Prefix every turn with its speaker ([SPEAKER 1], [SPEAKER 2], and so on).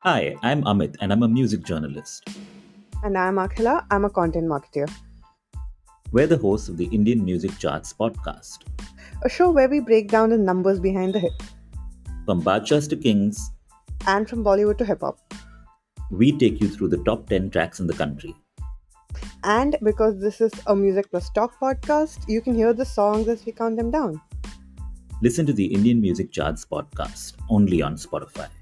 [SPEAKER 1] Hi, I'm Amit and I'm a music journalist.
[SPEAKER 2] And I'm Akhila. I'm a content marketer.
[SPEAKER 1] We're the hosts of the Indian Music Charts podcast.
[SPEAKER 2] A show where we break down the numbers behind the hit.
[SPEAKER 1] From Badshahs to Kings,
[SPEAKER 2] And from Bollywood to hip hop.
[SPEAKER 1] we take you through the top 10 tracks in the country.
[SPEAKER 2] And because this is a music plus talk podcast, you can hear the songs as we count them down.
[SPEAKER 1] Listen to the Indian Music Charts podcast only on Spotify.